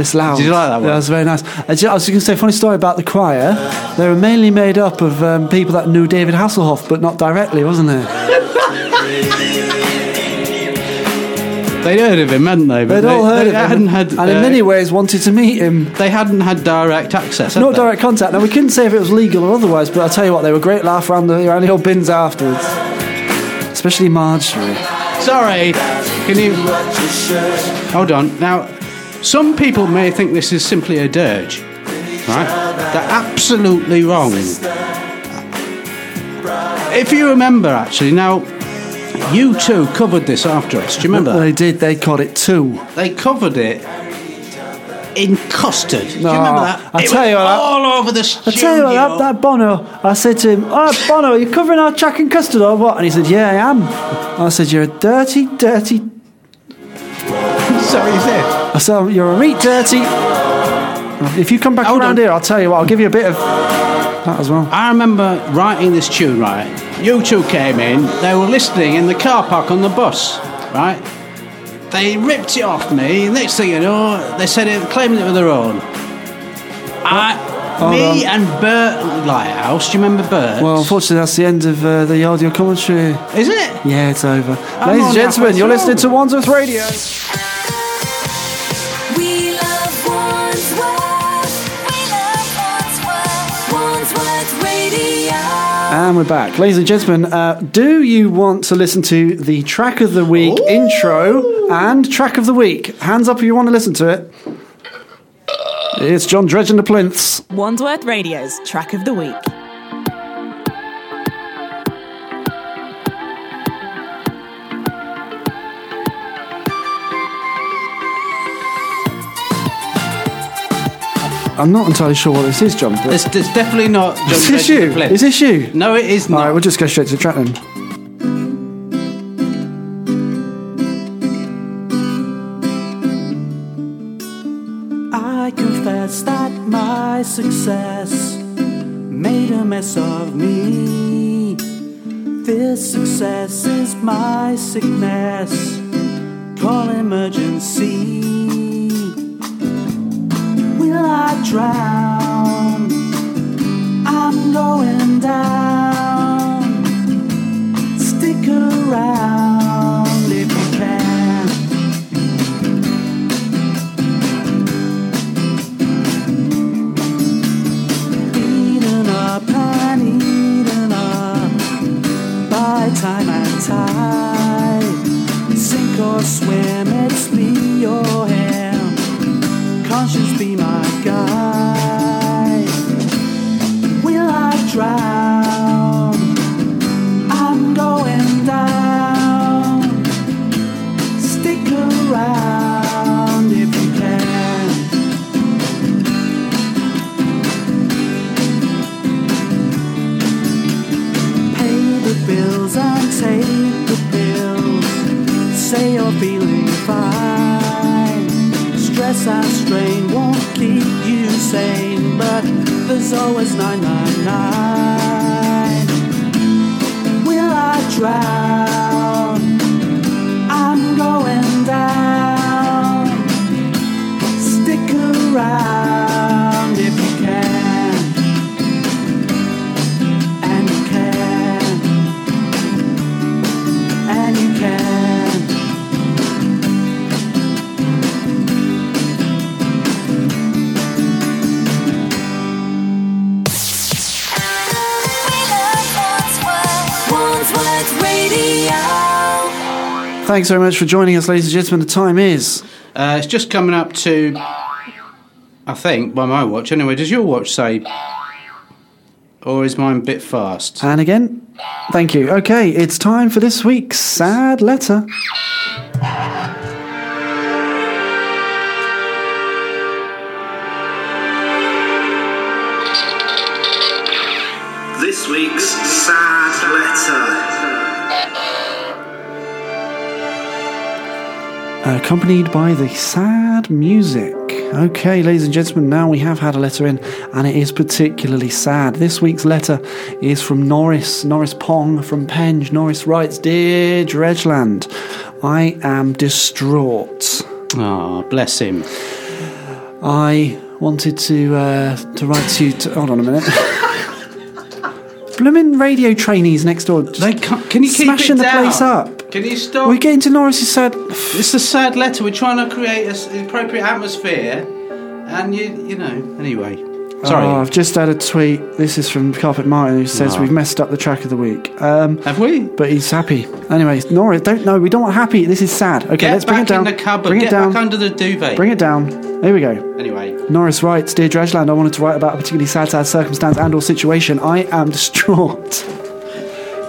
It's loud.
Did you like that one?
That was very nice. And do you- I was going to say, funny story about the choir. They were mainly made up of um, people that knew David Hasselhoff, but not directly, wasn't it?
They'd heard of him, hadn't they? But
They'd all
they-
heard
they
of him,
hadn't had,
and in
uh,
many ways wanted to meet him.
They hadn't had direct access. had
Not
they?
direct contact. Now we couldn't say if it was legal or otherwise, but I'll tell you what, they were great laugh around the around the old bins afterwards. Especially Marjorie.
Sorry. Can you? Hold on. Now, some people may think this is simply a dirge, right? They're absolutely wrong. If you remember, actually, now you two covered this after us. Do you remember?
They did, they caught it too.
They covered it in custard. Do you
No,
remember that?
I
it
tell
was
you what, that-
all over the studio.
I tell you what, that, that Bono, I said to him, Oh, Bono, are you covering our track in custard or what? And he said, Yeah, I am. I said, You're a dirty, dirty.
That's what you said.
I said, You're a meat dirty. If you come back
Hold
around
on.
here, I'll tell you what, I'll give you a bit of that as well.
I remember writing this tune, right? You two came in, they were listening in the car park on the bus, right? They ripped it off me, next thing you know, they said it, claiming it was their own. I, me and Bert Lighthouse, do you remember Bert?
Well, unfortunately, that's the end of uh, the audio commentary.
is it?
Yeah, it's over. Ladies
on
and gentlemen,
halfway
you're
through.
listening to One's With Radio.
We love Wandsworth. We love Wandsworth. Wandsworth Radio.
And we're back. Ladies and gentlemen, uh, do you want to listen to the track of the week intro and track of the week? Hands up if you want to listen to it. It's John Dredge and the Plinths.
Wandsworth Radio's Track of the Week.
I'm not entirely sure what this is, John. But
It's, it's definitely not.
is this you? Is this you?
No, it is
All
not.
right, we'll just go straight to the track then.
I confess that my success made a mess of me. This success is my sickness. Call emergency. Will I drown? I'm going down. Stick around if you can. eaten up and eaten up by time and tide. Sink or swim, it's me or him. Conscience be my guide. Will I drown? I'm going down. Stick around. stress and strain won't keep you sane, but there's always 999. Will I drown? I'm going down. Stick around if you can. And you can. And you can.
We love Wandsworth, Wandsworth Radio.
Thanks very much for joining us, ladies and gentlemen. The time is.
Uh, it's just coming up to, I think, by my watch. Anyway, does your watch say, or is mine a bit fast?
And again, thank you. Okay, it's time for this week's sad letter.
This week's sad letter.
accompanied by the sad music. Okay, ladies and gentlemen, now we have had a letter in, and it is particularly sad. This week's letter is from Norris, Norris Pong from Penge. Norris writes Dear Dredgeland, I am distraught.
Ah, bless him.
I wanted to uh, to write to you. To, hold on a minute. Bloomin' radio trainees next door. just
They can't, can you keep
smashing
it
the
down?
place up.
Can you stop?
We're getting to Norris's sad.
It's a sad letter. We're trying to create a s the appropriate atmosphere, and you, you know. Anyway, sorry.
Oh, I've just had a tweet. This is from Carpet Martin who says
Ah.
we've messed up the track of the week. Um,
Have we?
but he's happy. Anyway, Nora, don't know. We don't want happy. This is sad. Okay,
Get
let's bring
back
it down.
in the cupboard.
Bring
Get
it down.
back under the duvet.
Bring it down. Here we go.
anyway,
Norris writes, Dear Dredgeland, I wanted to write about a particularly sad, sad circumstance and or situation. I am distraught.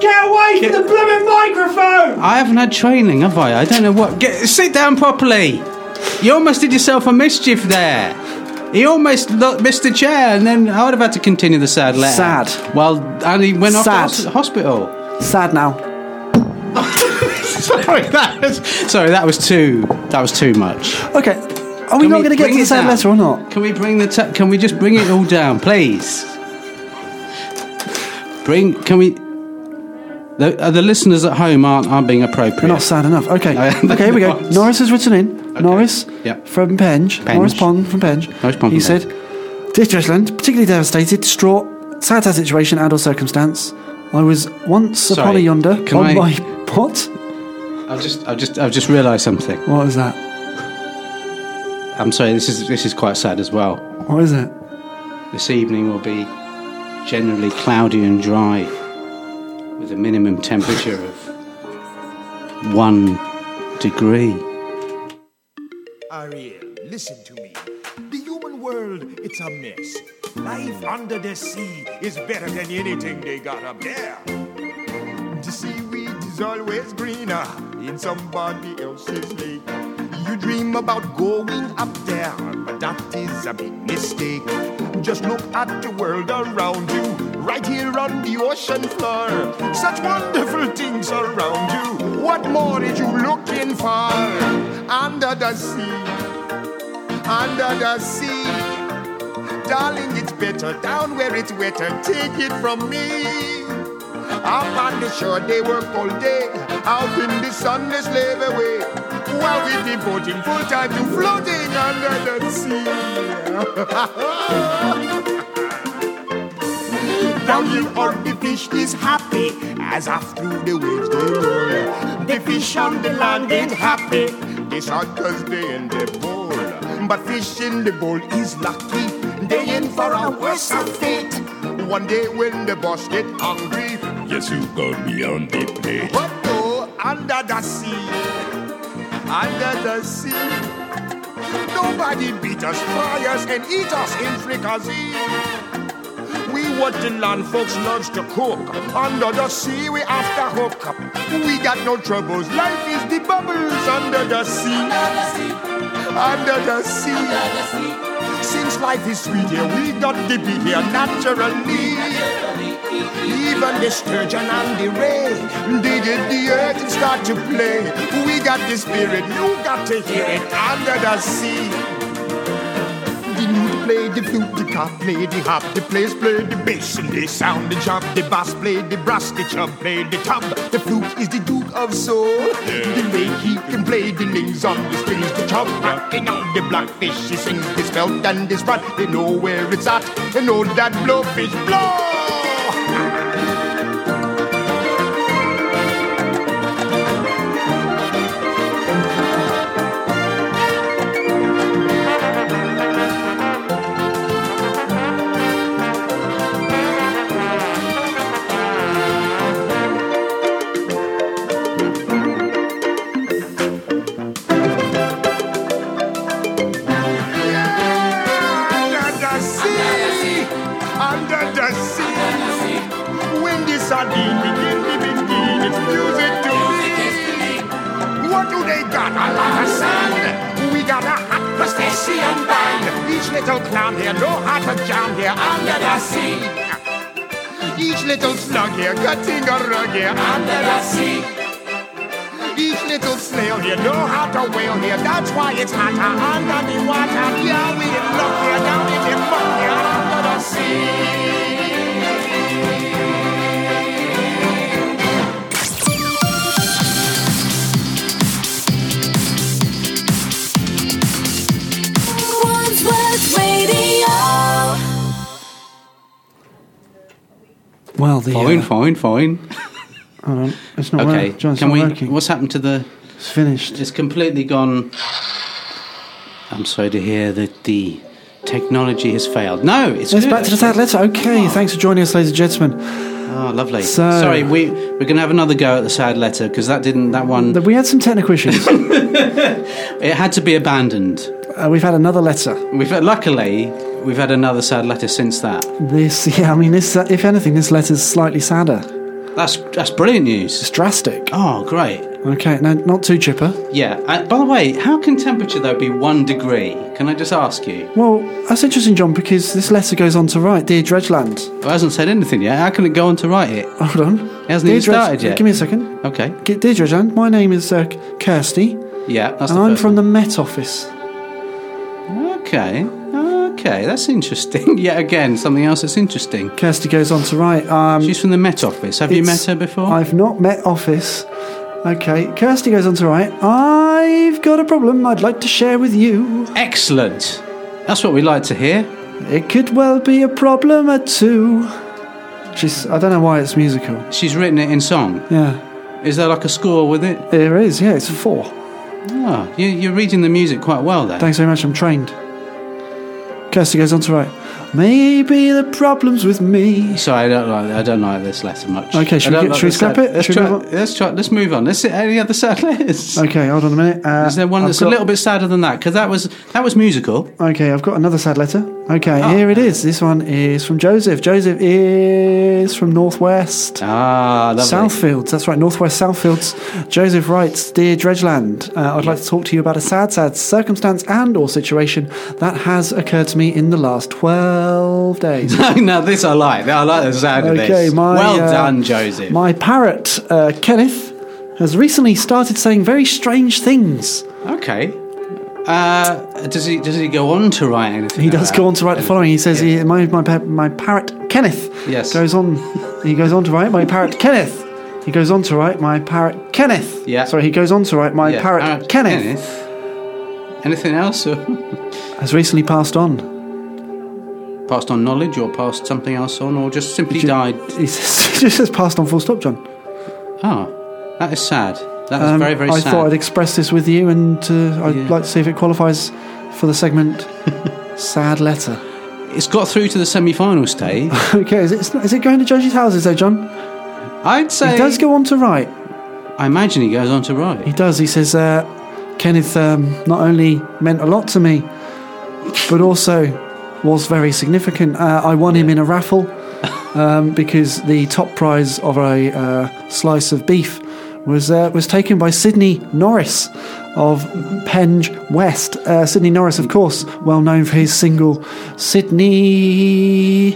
Get away from the blooming microphone!
I haven't had training, have I? I don't know what. Get sit down properly. You almost did yourself a mischief there. He almost lo- missed the chair, and then I would have had to continue the sad letter.
Sad.
Well, and he went off to
Sad.
hos- hospital.
Sad now.
sorry, that was, sorry, that was too. That was too much.
Okay, are we
Can
not going to get
bring
to the
it
sad
down?
letter or not?
Can we bring the? ta can we just bring it all down, please? Bring. Can we? The, uh, the listeners at home aren't aren't being appropriate.
We're not sad enough. Okay,
No,
okay, here we go.
no.
Norris has written in. Norris
Yeah.
from Penge.
Penge.
Norris Pond from Penge.
Norris Pond
he
from
said, Dear Dredgeland, particularly devastated, distraught, sad sad situation and or circumstance. I was once upon a
Sorry,
yonder
can
on
I-
my what?
I've just, I've just, I've just realised something.
What was that?
I'm sorry. This is this is quite sad as well.
What is it?
This evening will be generally cloudy and dry, with a minimum temperature of one degree.
Ariel, listen to me. The human world, it's a mess. Life under the sea is better than anything they got up there. The seaweed is always greener in somebody else's lake. You dream about going up there, but that is a big mistake. Just look at the world around you, right here on the ocean floor. Such wonderful things around you. What more is you looking for? Under the sea, under the sea. Darling, it's better down where it's wetter. Take it from me. Up on the shore, they work all day. Out in the sun, they slave away. While we devoting full time to floating under the sea. Down here, all the fish is happy as off through the waves they roll. The fish on the land ain't happy. It's hot cause they in the bowl. But fish in the bowl is lucky. They in for a worse of fate. One day when the boss get hungry,
Yes, you got me on the plate.
but no, under the sea, under the sea, nobody beat us, fry us, and eat us in fricassee. We what the land folks loves to cook. Under the sea, we after hook up. We got no troubles. Life is the bubbles under the sea. Under the sea. Since life is sweet here, we got to be here naturally. Even the sturgeon and the ray, they did the earth and start to play. We got the spirit, you got to hear it under the sea. play the flute, the cop play the hop, the players play the bass and they sound the chop, the bass play the brass, the chub play the tub. The flute is the duke of soul. The way he can play the names on the strings, the chub rocking on the blackfish. He sings his belt and his rod. They know where it's at. They know that blowfish blow. Under the sea, under the sea. When the sardine begin to begin, it's music to me. What do they got? A lot of sand. We got a hot crustacean band. Each little clown here, no heart of jam here, under the sea. Each little slug here, cutting a rug here, under the sea. Each little snail here know how to wail here. That's why it's hotter under the water. Yeah, we in luck here, down in the muck here, under the sea.
Wandsworth Radio.
Well, the
Fine,
uh,
fine, fine.
hold on, it's not
okay,
working. John, it's
can
Oh, not
we?
working.
What's happened to the?
It's finished.
It's completely gone. I'm sorry to hear that the technology has failed. No, it's
It's
good.
back to the sad letter. Okay, thanks for joining us, ladies and gentlemen.
Oh, lovely.
So-
Sorry, we we're gonna have another go at the sad letter because that didn't that one.
We had some technical issues.
It had to be abandoned.
uh, we've had another letter.
We've luckily we've had another sad letter since that.
This, yeah, I mean, this. Uh, if anything, this letter's slightly sadder.
That's that's brilliant news.
It's drastic.
Oh, great.
Okay, no, not too chipper.
Yeah. Uh, by the way, how can temperature though be one degree? Can I just ask you?
Well, that's interesting, John, because this letter goes on to write, dear Dredgeland.
Well, it hasn't said anything yet. How can it go on to write it?
Hold on,
hasn't
Dear
even started yet.
Give me a second.
Okay.
G- Dear Dredgeland, my name is uh, Kirsty,
Yeah. That's
and
the
I'm
first
from the Met Office.
one. Okay. Okay, that's interesting. Yet again, something else that's interesting.
Kirsty goes on to write. Um,
She's from the Met Office. Have you met
it's-
her before?
I've not met Office. Okay, Kirsty goes on to write, I've got a problem I'd like to share with you.
Excellent. That's what we like to hear.
It could well be a problem at two. She's, I don't know why it's musical.
She's written it in song.
Yeah,
Is there like a score with it?
there is, yeah, it's a four.
Ah, you, you're reading the music quite well there.
Thanks very much, I'm trained. Kirsty goes on to write, Maybe the problem's with me.
Sorry, I don't like I don't like this letter much.
Okay,
I
should we
don't
get- should we
this
scrap
letter.
it?
Let's
Should we
try,
move on?
let's try. Let's move on. Let's see any other sad letters.
Okay, hold on a minute. Uh,
Is there one
I've
that's
got-
a little bit sadder than that? Because that was that was musical.
Okay, I've got another sad letter. Okay,
Oh.
here it is. This one is from Joseph. Joseph is from Northwest.
Ah, lovely.
Southfields, that's right, Northwest Southfields. Joseph writes, Dear Dredgeland, uh, I'd like to talk to you about a sad, sad circumstance and or situation that has occurred to me in the last 12 days.
now this I like. I like the sound of
okay,
this.
my,
well
uh,
done, Joseph.
My parrot, uh, Kenneth, has recently started saying very strange things.
okay. Uh, does he does he go on to write anything?
He does
about-
go on to write the following. He says, he, my, my, pa- my parrot, Kenneth,
Yes.
goes on, he goes on to write, my parrot, Kenneth. He goes on to write, my parrot, Kenneth.
Yeah.
Sorry, he goes on to write, my
Yeah,
parrot,
Parrot
Kenneth.
Anything else? or-
has recently passed on.
passed on knowledge, or passed something else on, or just simply
Ju-
died?
He says- just says passed on full stop, John.
Oh, that is sad. That is
Um,
very very
I
sad.
thought I'd express this with you, and uh, I'd
Yeah.
like to see if it qualifies for the segment Sad Letter.
It's got through to the semi-final stage.
Okay, is it, it's not- is it going to judges' houses, though, John?
I'd say.
He does go on to write.
I imagine he goes on to
He
write.
does. He says, uh, Kenneth um, not only meant a lot to me, but also was very significant. Uh, I won him in a raffle um, because the top prize of a uh, slice of beef was uh, was taken by Sydney Norris of Penge West. Uh, Sydney Norris, of course, well known for his single Sydney and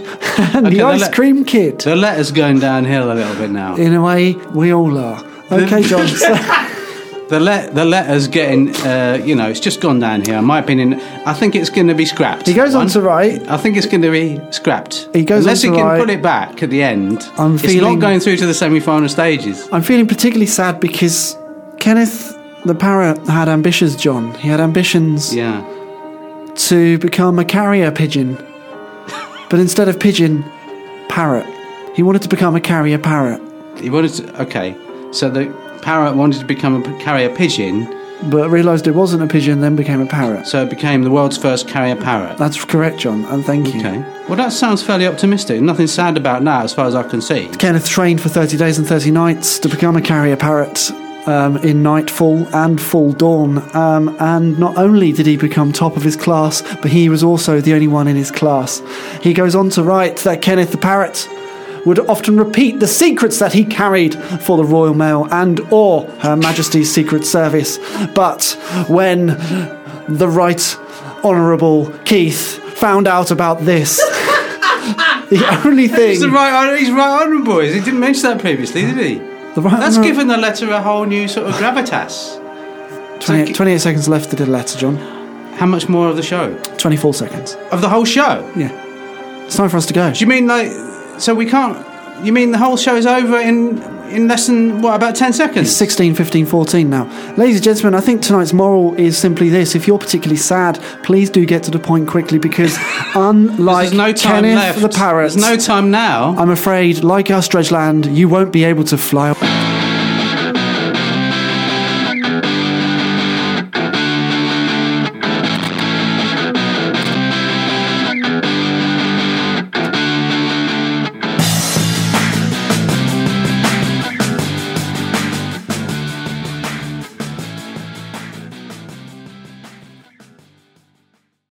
the
Okay, the
Ice
le-
Cream Kid.
The letter's going downhill a little bit now.
In a way, we all are. Okay, John. so-
The let the letter's getting, uh, you know, it's just gone down here. In my opinion, I think it's going to be scrapped.
He goes on to write-
I think it's going to be scrapped.
He goes on
unless
to
he can
write-
put it back at the end.
I'm
it's
feeling-
not going through to the semi-final stages.
I'm feeling particularly sad because Kenneth the parrot had ambitions, John. He had ambitions
Yeah,
to become a carrier pigeon. but instead of pigeon, parrot. He wanted to become a carrier parrot.
he wanted to. Okay, so the parrot wanted to become a p- carrier pigeon,
But realised it wasn't a pigeon, then became a parrot.
so it became the world's first carrier parrot.
That's correct, John, and thank you.
Okay. Well, that sounds fairly optimistic. Nothing sad about that, as far as I can see.
Kenneth trained for 30 days and 30 nights to become a carrier parrot um, in Nightfall and Full Dawn. Um, and not only did he become top of his class, but he was also the only one in his class. He goes on to write that Kenneth the parrot would often repeat the secrets that he carried for the Royal Mail and or Her Majesty's Secret Service. But when the Right Honourable Keith found out about this, the only thing
He's the right. He's right honourable. He didn't mention that previously, did he?
The right
That's
Honour-
given the letter a whole new sort of gravitas.
28, 28 seconds left to do the letter, John.
How much more of the show?
24 seconds.
Of the whole show?
Yeah. It's time for us to go.
Do you mean like? So we can't. You mean the whole show is over in in less than what about ten seconds?
16, 15, 14 now. Ladies and gentlemen, I think tonight's moral is simply this. If you're particularly sad, please do get to the point quickly because unlike
There's no time
Kenneth
left.
the Parrot,
There's no time now.
I'm afraid, like our Dredgeland, you won't be able to fly.